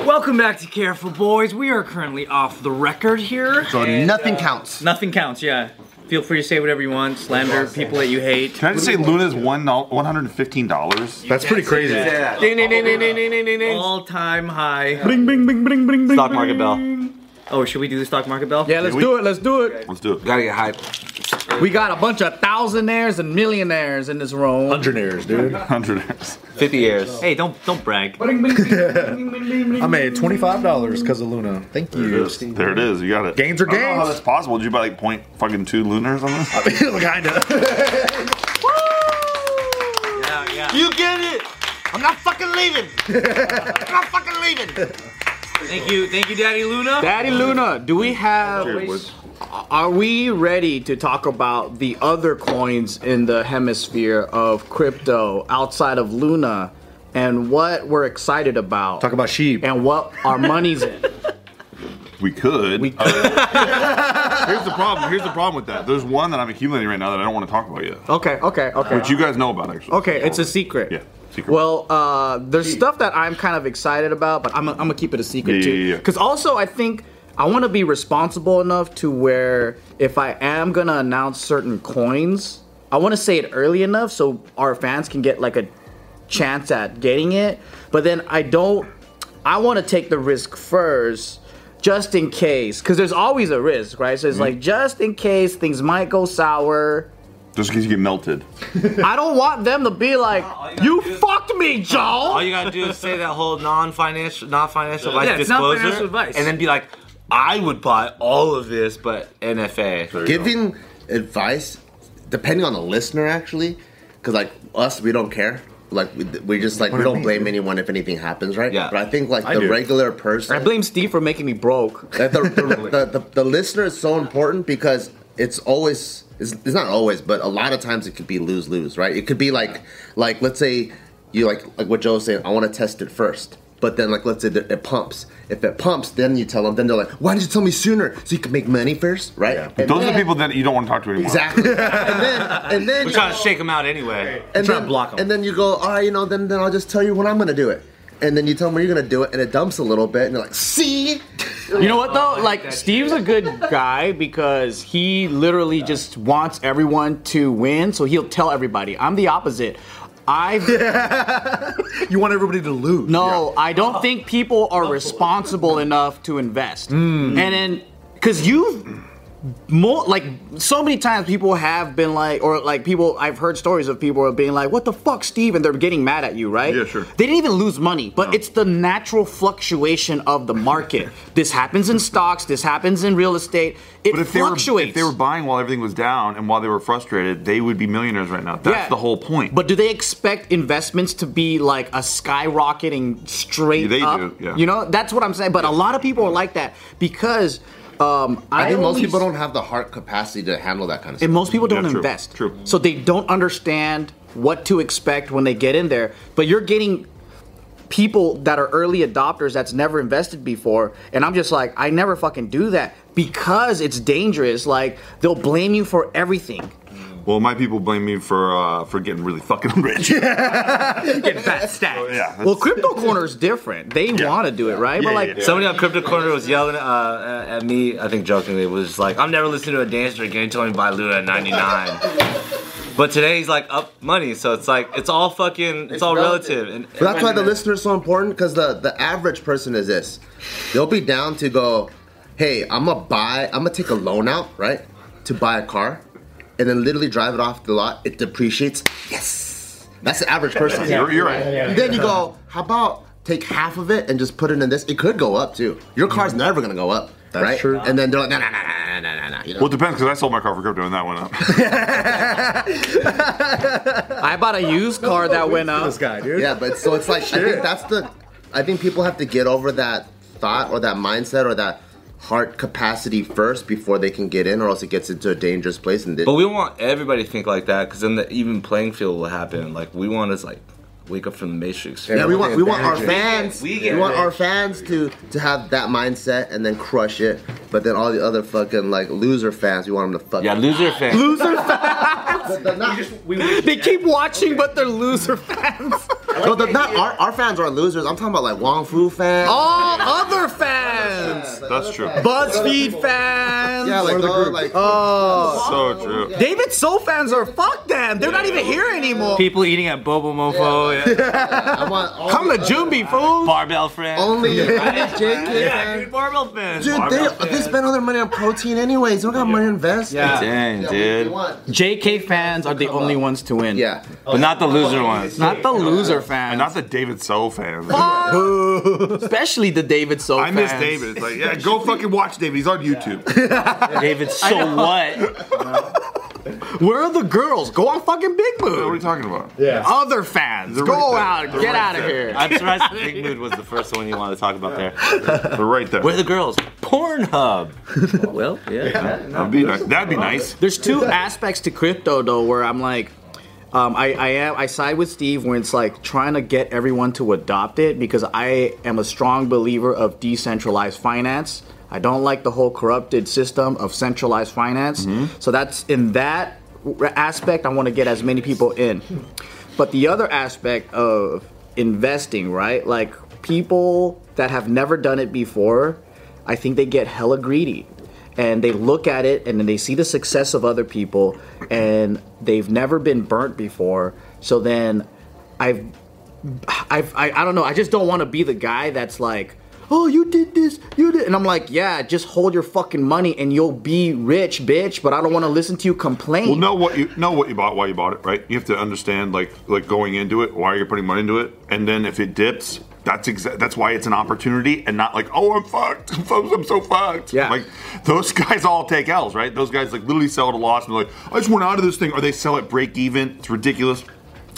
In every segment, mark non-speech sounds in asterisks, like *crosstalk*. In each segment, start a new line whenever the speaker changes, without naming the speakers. Welcome back to Careful Boys. We are currently off the record here.
So nothing counts.
Nothing counts, yeah. Feel free to say whatever you want, slander people that you hate.
Can I just say Luna's one one hundred and fifteen dollars?
That's pretty crazy.
All time high.
Stock market bell.
Oh, should we do the stock market bell?
Yeah, let's do it. Let's do it.
Let's do it.
Gotta get hype.
We got a bunch of thousandaires and millionaires in this room. Hundredaires, dude.
Hundred.
50 years.
Hey, don't don't brag.
I
I
made twenty-five dollars because of Luna. Thank you.
*laughs*
There it is. You got it.
Gains are
I don't know how
gains.
that's possible. Did you buy like point fucking two lunars on this?
Kinda.
Yeah, yeah.
You get it! I'm not fucking leaving! I'm not fucking leaving!
Thank you, thank you, Daddy Luna.
Daddy Luna, do we have?
Cheers, boys.
Are we ready to talk about the other coins in the hemisphere of crypto outside of Luna, and what we're excited about?
Talk about sheep.
and what our money's in.
We could.
We-
Uh, *laughs* here's the problem. Here's the problem with that. There's one that I'm accumulating right now that I don't want to talk about yet.
Okay, okay, okay.
Which you guys know about actually.
Okay, it's a secret.
Yeah, secret.
Well, uh, there's stuff that I'm kind of excited about, but I'm, I'm gonna keep it a secret
Yeah,
too.
yeah, yeah.
Because also, I think I want to be responsible enough to where if I am gonna announce certain coins, I want to say it early enough so our fans can get like a chance at getting it. But then I don't. I want to take the risk first. Just in case, because there's always a risk, right? So
Mm-hmm.
it's like just in case things might go sour,
Just in case you get melted.
I don't want them to be like, you fucked me,
All
Joel.
you gotta do is say that whole non-financial, non-financial advice
Yeah, it's not
disclosure,
financial advice.
and then be like, "I would buy all of this, but NFA."
Giving advice, depending on the listener, actually, because like us, we don't care. Like we, we just like we don't blame anyone if anything happens, right?
Yeah.
But I think like
I
the
do.
regular person,
I blame Steve for making me broke.
That the, the, the, the, the listener is so important because it's always it's, it's not always but a lot of times it could be lose lose right it could be like like let's say you like like what joe was saying i want to test it first but then like let's say that it pumps if it pumps then you tell them then they're like why didn't you tell me sooner so you could make money first right And
*laughs*
Those are
then-
the people that you don't want to talk to anymore.
exactly and then and then
We're trying to shake them out anyway.
and
trying
then,
to block 'em.
and then you go all right you know then then i'll just tell you when i'm gonna do it and then you tell them when you're gonna do it and it dumps a little bit and you're like see
You know what though? Like Steve's a good guy because he literally just wants everyone to win, so he'll tell everybody. I'm the opposite. I
You want everybody to lose.
no, I
Uh-huh.
don't think people are responsible enough to invest.
Hmm.
And then cuz you more like so many times people have been like or like people I've heard stories of people are being like what the fuck Steve and they're getting mad at you, right?
Yeah, sure.
They didn't even lose money, but it's the natural fluctuation of the market. this happens in stocks, this happens in real estate. It
But if they, were,
fluctuates.
if they were buying while everything was down and while they were frustrated, they would be millionaires right now. That's
Yeah.
the whole point.
But do they expect investments to be like a skyrocketing straight
Yeah, they
up?
do, yeah.
You know, that's what I'm saying. But a lot of people are like that because um, I,
I think most
always-
people don't have the heart capacity to handle that kind of stuff.
And most people don't
Yeah, true,
invest.
true.
So they don't understand what to expect when they get in there. But you're getting people that are early adopters that's never invested before. And I'm just like, I never fucking do that because it's dangerous. Like, they'll blame you for everything.
well, my people blame me for uh, for getting really fucking *laughs* rich. Oh, yeah,
Get fat stats.
that's-
Well, Crypto Corner is different. They want to do it, right?
Yeah,
but like,
yeah, yeah.
Somebody on Crypto Corner was yelling uh, at me. I think jokingly was just like, "I'm never listening to a dancer again." Until me to buy Luna at
*laughs*
99. But today he's like up money, so it's like it's all fucking, it's, all relative. And
But that's why the listener is so important because the, the average person is this. They'll be down to go, hey, I'm gonna buy, I'm gonna take a loan out, right, to buy a car, and then literally drive it off the lot. It depreciates. Yes, that's the average person.
You're, you're right.
And then you go, how about take half of it and just put it in this? It could go up too. Your car's never gonna go up, that's right?
true.
And then they're like, no, no, no, no, no, no, no, you know?
Well, it depends because I sold my car for crypto and that went up.
I bought a used car that went up.
This guy, dude.
Yeah, but so it's like I think that's the I think people have to get over that thought or that mindset or that heart capacity first before they can get in or else it gets into a dangerous place and they,
But we want everybody to think like that, because then the even playing field will happen. Like we want to like wake up from the matrix.
yeah, we want we want our fans
We
we,
get- we get
want our
rich.
fans to to have that mindset and then crush it but then all the other fucking like loser fans we want them to fuck
Yeah, loser fan.
Loser fans.
But they're not-
*laughs*
They keep watching, but they're loser fans.
No, the, not our, our fans aren't losers. I'm talking about like Wong Fu fans.
*laughs* All other fans,
*laughs* That's true.
BuzzFeed fans.
yeah, like, those, like
So true.
David Soul fans are fuck them. They're not even here anymore.
People eating at Bobo Mofo, yeah.
I want all
Come to Jumbi, fool.
Barbell Friend.
only
Yeah, *laughs* dude, barbell fans.
Dude, they, they spend all their money on protein anyways. They don't got money to invest.
Yeah.
Dang, dude.
JK fans are the only ones to win.
Yeah.
But not the loser ones.
Not the loser fans.
And not the David So fan.
Especially the David Soul
I miss
fans.
David. It's like, yeah, go fucking watch David. He's on YouTube.
David, so what?
Where are the girls? Go on fucking Big
What are we
Mood.
talking about?
Yeah.
Other fans.
They're
Go
right
out.
there. They're
Get
right
out of
there.
here.
I'm surprised Big Mood was the first one you wanted to talk
*laughs*
about there.
They're right there.
Where are the girls? *laughs* Pornhub.
well, yeah.
That'd be nice. That'd be nice.
There's two aspects to crypto though, where I'm like, um, I, I am I side with Steve when it's like trying to get everyone to adopt it because I am a strong believer of decentralized finance. I don't like the whole corrupted system of centralized finance. So that's in that r- aspect, I want to get as many people in. But the other aspect of investing, right? Like people that have never done it before, I think they get hella greedy and they look at it and then they see the success of other people and they've never been burnt before so then i've i've i, I don't know i just don't want to be the guy that's like oh you did this you did and i'm like yeah just hold your fucking money and you'll be rich bitch but i don't want to listen to you complain
Well, know what you know what you bought, why you bought it, right? You have to understand like like going into it, why you're putting money into it, and then if it dips, that's exa- that's why it's an opportunity, and not like oh I'm fucked, *laughs* I'm so, I'm so fucked.
Yeah.
Like those *laughs* guys all take L's, right? Those guys like literally sell at a loss, and they're like I just went out of this thing, or they sell at break even. It's ridiculous.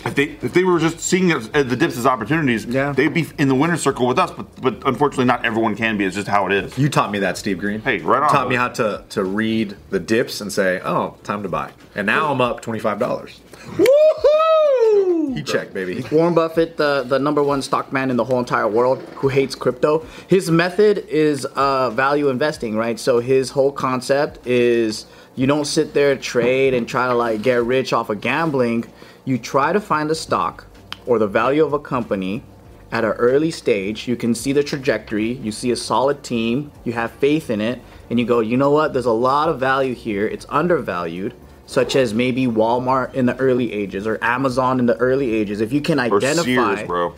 If they if they were just seeing it as- as the dips as opportunities,
Yeah.
they'd be in the winner's circle with us. But but unfortunately, not everyone can be. It's just how it is.
You taught me that, Steve Green.
Hey, right
You
on,
Taught me
brother.
how to to read the dips and say, oh, time to buy. And now I'm up twenty five dollars. Woohoo! He checked, baby.
Warren Buffett, the, the number one stock man in the whole entire world who hates crypto, his method is uh, value investing, right? So his whole concept is you don't sit there, trade, and try to like get rich off of gambling. You try to find a stock or the value of a company at an early stage. You can see the trajectory, you see a solid team, you have faith in it, and you go, you know what? There's a lot of value here, it's undervalued such as maybe Walmart in the early ages or Amazon in the early ages, if you can
Or
identify,
Sears, bro.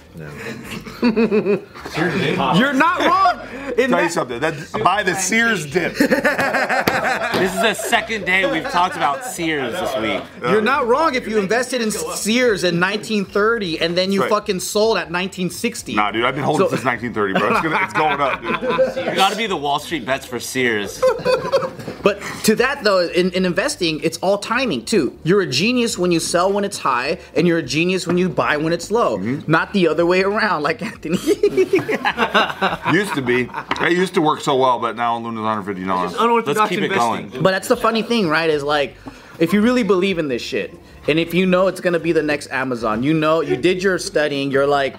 you're not
*laughs*
wrong.
Tell you
In that-
something. That, buy the Sears dip.
This is the second day we've talked about
*laughs*
Sears this *laughs* week.
you're not wrong if you invested in Sears in 1930 and then you
Right.
fucking sold at 1960.
Nah, dude, I've been holding
So-
since 1930, bro. It's, gonna, it's going up, dude.
*laughs* You gotta be the Wall Street bets for Sears.
But to that though, in, in investing, it's all timing too. You're a genius when you sell when it's high, and you're a genius when you buy when it's low. Not the other way around, like Anthony. *laughs*
Used to be. It used to work so well, but now aluminum's 150 dollars.
Let's keep it going.
But that's the funny thing, right? Is like, if you really believe in this shit, and if you know it's gonna be the next Amazon, you know, you did your studying, you're like,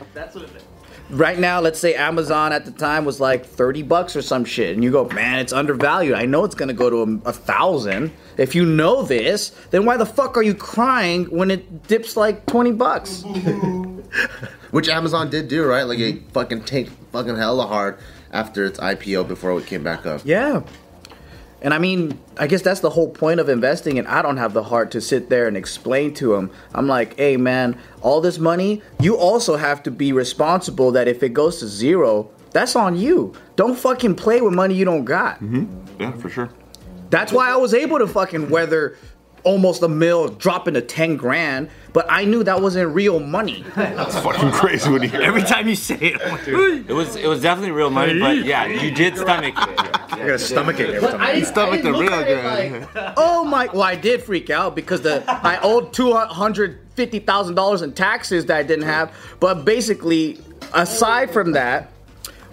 right now, let's say Amazon at the time was like 30 bucks or some shit, and you go, man, it's undervalued. I know it's gonna go to a, a thousand. If you know this, then why the fuck are you crying when it dips like 20 bucks?
Which Amazon did do, right? Like it fucking tanked fucking hella hard after its IPO before it came back up.
Yeah. And I mean, I guess that's the whole point of investing, and I don't have the heart to sit there and explain to him. I'm like, hey, man, all this money, you also have to be responsible that if it goes to zero, that's on you. Don't fucking play with money you don't got.
Yeah, for sure.
That's why I was able to fucking weather almost a mill dropping to 10 grand, but I knew that wasn't real money.
It's fucking crazy when you hear
Every time you say it, I'm like, "Ooh." it was it was definitely real money, but yeah, you did stomach it.
I gotta stomach it every time. I
didn't,
Stomach the real
at it like, oh my! Well, I did freak out because the I owed two hundred fifty thousand dollars in taxes that I didn't have. But basically, aside from that,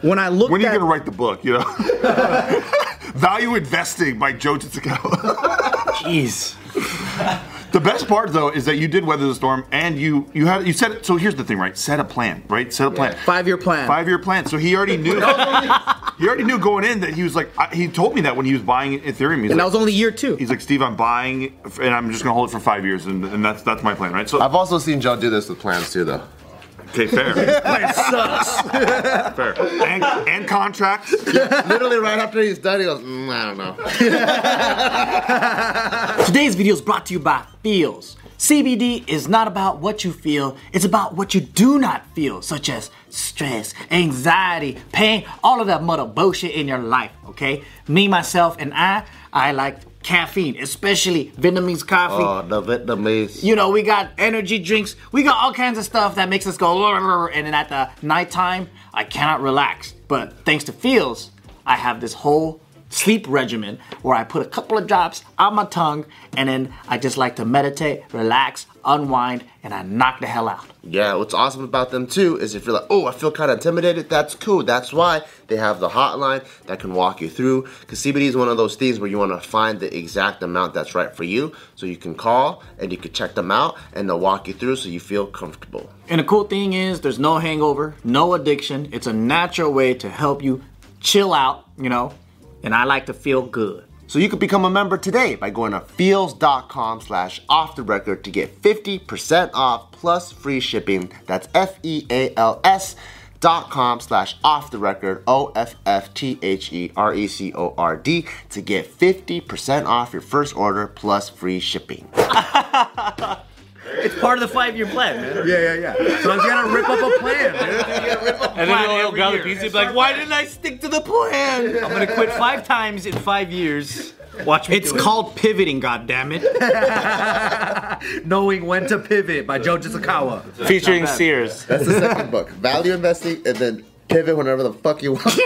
when I looked
When are you
at
gonna write the book, you know? *laughs* Value Investing by Joe Tsukawa.
Jeez.
the best part though is that you did weather the storm and you you had you said so here's the thing, right? Set a plan, right? Set a plan.
five-year plan,
Five year plan. So he already
*laughs*
knew. he already knew going in that he was like. I, he told me that when he was buying Ethereum. He's
and
like,
that was only year two.
He's like, Steve, I'm buying, and I'm just gonna hold it for five years, and, and that's that's my plan, right? So
I've also seen Joe do this with plans too, though.
Okay,
*laughs*
fair. *laughs* Fair. And, and contracts.
*laughs* Literally right after he's done, he goes, mm, I don't know.
Today's video is brought to you by Feels. CBD is not about what you feel, it's about what you do not feel, such as stress, anxiety, pain, all of that mother bullshit in your life, okay? Me, myself, and I, I like caffeine, especially Vietnamese coffee.
Oh, the Vietnamese.
You know, we got energy drinks. We got all kinds of stuff that makes us go, "Rrr, rrr," and then at the nighttime, I cannot relax. But thanks to Feels, I have this whole sleep regimen where I put a couple of drops on my tongue, and then I just like to meditate, relax, unwind, and I knock the hell out.
Yeah, what's awesome about them too is if you're like, oh, I feel kind of intimidated, that's cool. That's why they have the hotline that can walk you through. Because CBD is one of those things where you want to find the exact amount that's right for you. So you can call and you can check them out and they'll walk you through so you feel comfortable.
And the cool thing is, there's no hangover, no addiction. It's a natural way to help you chill out, you know, and I like to feel good. *laughs*
So you can become a member today by going to feels.com slash off the record to get 50% off plus free shipping. That's E F-E-A-L-S dot com slash off the record E O-F-F-T-H-E-R-E-C-O-R-D to get 50% off your first order plus free shipping.
It's part of the five year plan, man.
Yeah, yeah, yeah. So I was gonna rip up a plan, dude.
And then he'll grab a piece and be like, why didn't I stick to the plan?
I'm gonna quit five times in five years. Watch me.
It's
do it.
called pivoting, goddammit.
*laughs* Knowing when to pivot by Joe Jisakawa.
Featuring Sears.
That's the second book. Value investing and then pivot whenever the fuck you want.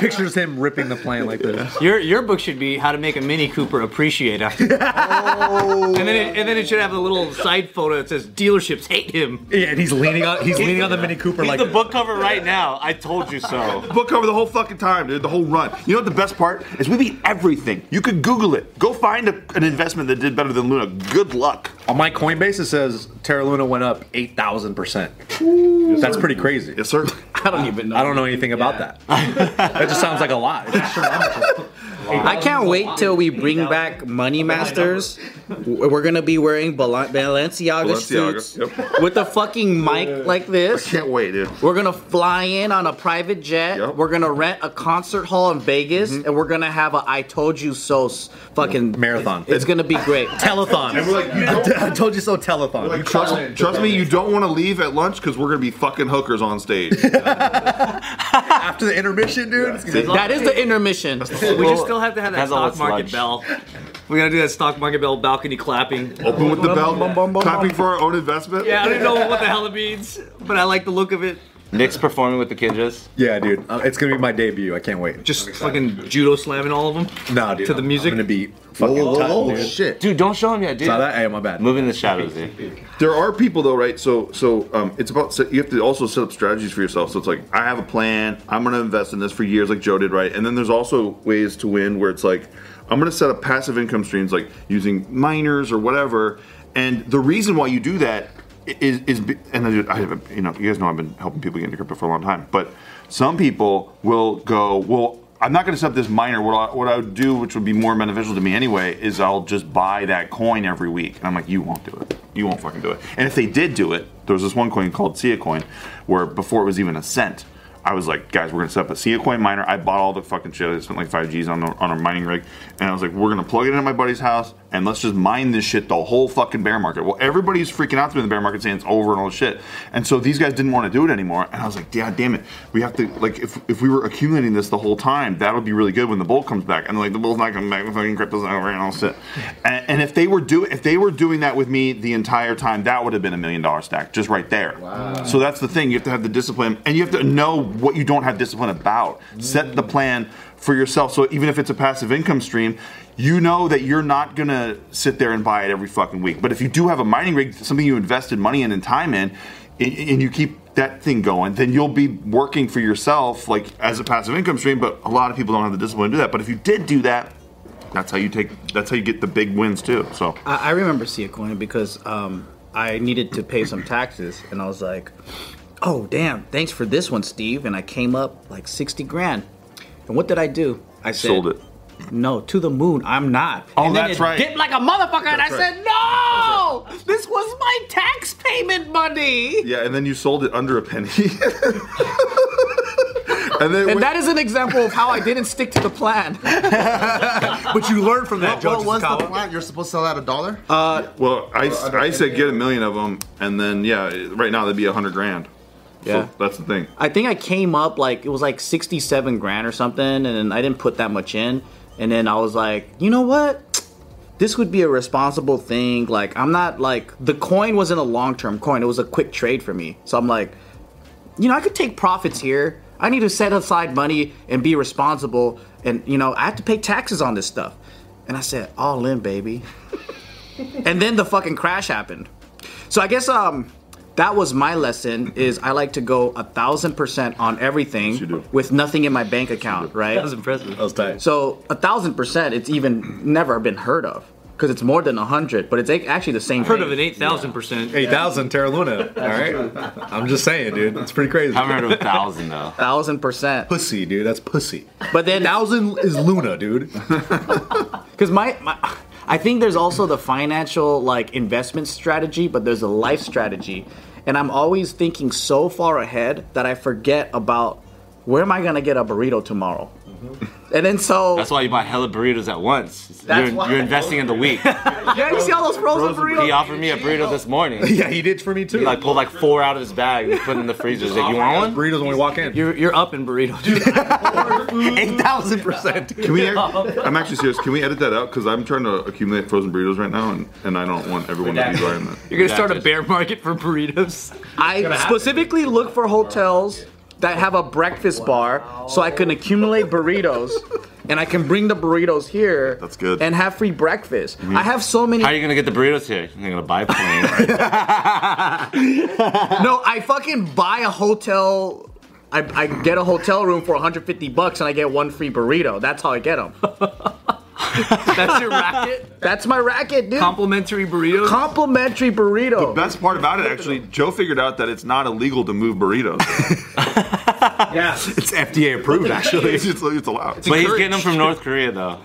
Pictures him ripping the plan like this.
Your your book should be how to make a Mini Cooper appreciate
*laughs*
after. And then it, and then it should have a little side photo that says dealerships hate him.
Yeah, and he's leaning on he's leaning on the Mini Cooper
He's
like
the book cover right now. I told you so.
Book cover the whole fucking time, dude. The whole run. You know what the best part is? We beat everything. You could Google it. Go find a, an investment that did better than Luna. Good luck.
on my Coinbase. It says Terra Luna went up eight thousand percent. That's pretty crazy.
Yes, sir.
I don't even know.
Uh, I don't know anything about that. that just sounds like a lot. It's astronomical.
I can't wait till we bring back Money Masters. W- We're gonna be wearing Bal- Balenciaga,
Balenciaga,
suits
yep.
with a fucking mic like this.
*laughs* *laughs* Can't wait, dude.
We're gonna fly in on a private jet.
Yep. Mm-hmm.
We're gonna rent a concert hall in Vegas, and we're gonna have a "I told you so" s- fucking
Marathon.
It's gonna be great.
telethon.
We're like, *laughs* you don't,
I told you so. Telethon.
like, trust, trust me, you don't want to leave at lunch because we're gonna be fucking hookers on stage.
After the intermission, dude. it's gonna-
that is the intermission.
We just still have to have that
Has
stock
all its
market
lunch.
bell. We gotta do that stock market bell balcony clapping.
Open with the bell, clapping for our own investment.
Yeah, I don't know what the hell it means, but I like the look of it.
Nick's performing with the Kindras.
Yeah, dude. Uh, It's gonna be my debut. I can't wait.
Just fucking judo slamming all of them.
Nah, dude.
to the
I'm-
music?
I'm gonna be fucking tough,
oh
dude.
shit.
Dude, don't show him yet, dude.
Saw that? Hey, my bad.
Move in the shadows, dude.
There are people though, right? So, so um, it's about so you have to also set up strategies for yourself. So it's like I have a plan. I'm going to invest in this for years, like Joe did, right? And then there's also ways to win where it's like I'm going to set up passive income streams, like using miners or whatever. And the reason why you do that is is be- and I, I have you know you guys know I've been helping people get into crypto for a long time, but some people will go well. I'm not going to set up this miner. What I, what I would do, which would be more beneficial to me anyway, is I'll just buy that coin every week. And I'm like, you won't do it. You won't fucking do it. And if they did do it, there was this one coin called Sia Coin, where before it was even a cent, I was like, guys, we're gonna set up a Sia Coin miner. I bought all the fucking shit. I spent like five G's on the, on a mining rig, and I was like, we're gonna plug it into my buddy's house and let's just mine this shit the whole fucking bear market. Well, everybody's freaking out through the bear market saying it's over and all this shit, and so these guys didn't want to do it anymore. And I was like, yeah, damn it, we have to like if, if we were accumulating this the whole time, that'll be really good when the bull comes back. And they're like the bull's not coming back, the fucking crypto's not over and all this shit. And, and if they were do if they were doing that with me the entire time, that would have been a million dollar stack just right there. So that's the thing. You have to have the discipline, and you have to know what you don't have discipline about. Set the plan for yourself. So even if it's a passive income stream, you know that you're not gonna sit there and buy it every fucking week. But if you do have a mining rig, something you invested money in and time in, and, and you keep that thing going, then you'll be working for yourself like as a passive income stream. But a lot of people don't have the discipline to do that. But if you did do that. That's how you take. That's how you get the big wins too. So
I, I remember Sia Coin because um, I needed to pay some taxes, and I was like, "Oh damn, thanks for this one, Steve." And I came up like sixty grand. And what did I do? I said,
sold it.
No, to the moon. I'm not.
Oh,
and then
that's
it
right.
Dipped like a motherfucker, and I
That's right.
said, "No."
no! This was my tax payment money!
Yeah, and then you sold it under a penny. *laughs* and then
And
went-
that is an example of how I didn't stick to the
*laughs*
*laughs*
plan.
But you learn from that,
What
George
was the
Scott.
plan? You're supposed to sell at a dollar?
well, I, s- I said get a million of them, and then yeah, it- right now that'd be a hundred grand.
Yeah.
So that's the thing.
I think I came up like it was like 67 grand or something, and then I didn't put that much in. And then I was like, you know what? This would be a responsible thing. Like, I'm not like the coin wasn't a long term coin, it was a quick trade for me. So I'm like, you know, I could take profits here. I need to set aside money and be responsible. And, you know, I have to pay taxes on this stuff. And I said, all in,
*laughs*
baby. and then the fucking crash happened. So I guess um that was my lesson is I like to go a thousand percent on everything
you do.
with nothing in my bank account, right?
That was impressive.
That was tight.
So a thousand percent, it's even never been heard of because it's more than a hundred, but it's ac- actually the same.
Heard
thing.
of an eight thousand percent.
Eight thousand Terra Luna. All right, I'm just saying, dude. It's pretty crazy.
I've heard of a thousand though.
thousand percent.
pussy, dude. That's pussy.
But then
Thousand is Luna, dude. *laughs*
because my, my i think there's also the financial like investment strategy but there's a life strategy and i'm always thinking so far ahead that i forget about where am i going to get a burrito tomorrow and then so
That's why you buy hella burritos at once. you're,
why-
you're investing in the week.
yeah you see all those frozen, burritos
he offered me a burrito this morning.
yeah, he did for me too.
He like pulled like four out of his bag and put it in the freezer. He's like, you want one?
burritos when we walk in.
You're, you're up in burrito.
Eight thousand percent.
Can we? I'm actually serious. Can we edit that out? Because I'm trying to accumulate frozen burritos right now, and, and I don't want everyone to be buying that.
You're gonna start a bear market for burritos.
i specifically look for hotels that have a breakfast bar so i can accumulate burritos and i can bring the burritos here
That's good.
and have free breakfast i have so many
How are you gonna get the burritos here? You're gonna buy plane.
No, I fucking buy a hotel. I, I get a hotel room for 150 bucks and I get one free burrito. That's how I get them.
*laughs* That's your racket.
That's my racket, dude.
Complimentary burritos.
Complimentary burrito.
Best part about it, actually, Joe figured out that it's not illegal to move burritos.
It's FDA
*laughs*
approved, actually.
it's, it's, it's allowed.
but he's getting them from North Korea though.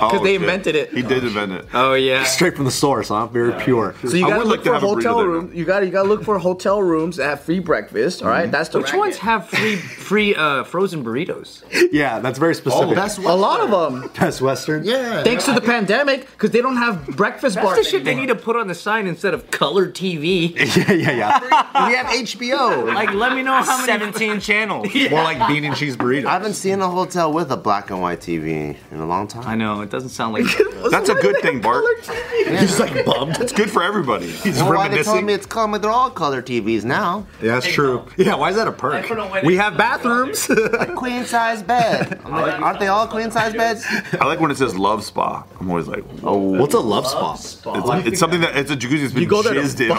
Oh,
they
shit.
invented it.
He did invent it.
Oh yeah.
Straight from the source, huh? Very pure.
So you
I
gotta
would
look
like to
for
have a burrito
hotel
there
room. You gotta you gotta look for hotel rooms that have free breakfast. All
Mm-hmm.
right, that's the
Which
racket.
ones have free free uh, frozen burritos?
Yeah, that's very specific. *laughs*
*laughs*
Best
A lot of them,
Best Western.
Yeah.
thanks to the pandemic, because they don't have breakfast
That's
bars.
the shit they
anymore.
need to put on the sign instead of color TV.
*laughs* yeah, yeah, yeah.
we have HBO.
Like, let me know how many. *laughs*
17 channels.
More like bean and cheese burrito.
I haven't seen a hotel with a black and white TV in a long
I
time.
know it doesn't sound like.
That's a good thing, Bart.
He's like bummed.
It's good for everybody.
He's
Well, why they told
reminiscing.
me it's coming? They're all color TVs now.
yeah, that's true. Yeah, why is that a perk? We have bathrooms.
Queen size *laughs* bed. I'm like, aren't they all queen size beds?
I like when it says love spa. I'm always like, oh,
What's a love spa?
it's, it's something that it's a jacuzzi that's been
go there to
jizzed in.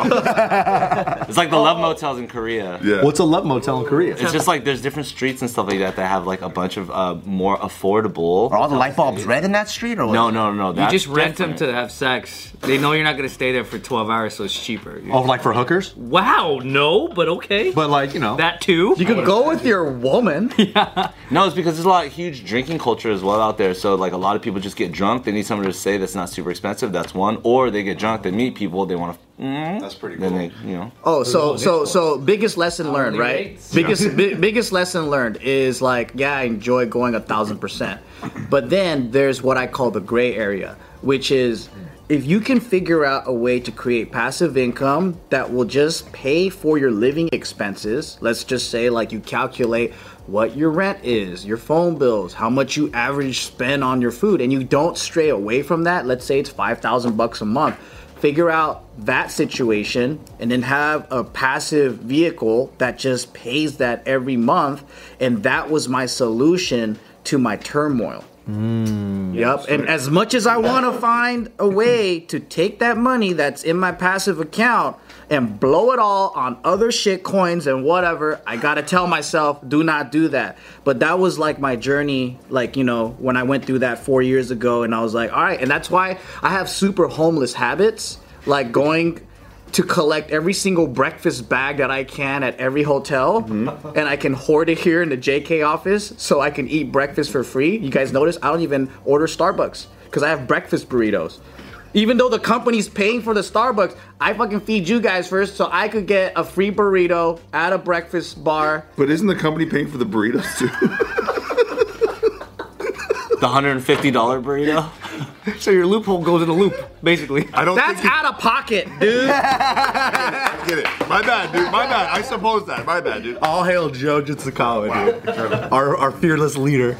It's like the love motels in Korea.
Yeah.
What's a love motel in Korea?
It's just like there's different streets and stuff like that that have like a bunch of uh, more affordable.
Are all the light bulbs red in that street or what?
No, no, no.
You
That's
just rent
different.
them to have sex. They know you're not gonna stay there for 12 hours, so it's cheaper.
Oh, like for hookers?
Wow, no, but okay.
But like you know,
that too.
You could go with your
*laughs*
woman.
No, it's because there's a lot of huge drinking culture as well out there. So like a lot of people just get drunk. They need somebody to say that's not super expensive. That's one. Or they get drunk. They meet people. They want to.
that's pretty
Then they, you know.
Oh, so so so biggest lesson learned, right?
rates.
Biggest bi- biggest lesson learned is like, yeah, I enjoy going a thousand percent, but then there's what I call the gray area, which is if you can figure out a way to create passive income that will just pay for your living expenses. Let's just say like you calculate what your rent is, your phone bills, how much you average spend on your food, and you don't stray away from that. Let's say it's five thousand bucks a month figure out that situation and then have a passive vehicle that just pays that every month and that was my solution to my turmoil yep and as much as i want to find a way to take that money that's in my passive account and blow it all on other shit coins and whatever i gotta tell myself do not do that but that was like my journey like you know when i went through that four years ago and i was like all right and that's why i have super homeless habits like going to collect every single breakfast bag that I can at every hotel, and I can hoard it here in the JK office so I can eat breakfast for free. You guys notice I don't even order Starbucks because I have breakfast burritos. Even though the company's paying for the Starbucks, I fucking feed you guys first so I could get a free burrito at a breakfast bar.
But isn't the company paying for the burritos too?
The hundred and fifty dollar burrito.
So your loophole goes in a loop, basically.
I don't
That's
think
out of pocket, dude.
I *laughs* get it. My bad, dude. My bad. I suppose that. My bad, dude.
All hail Joe Jitsukawa, dude. our, our fearless leader.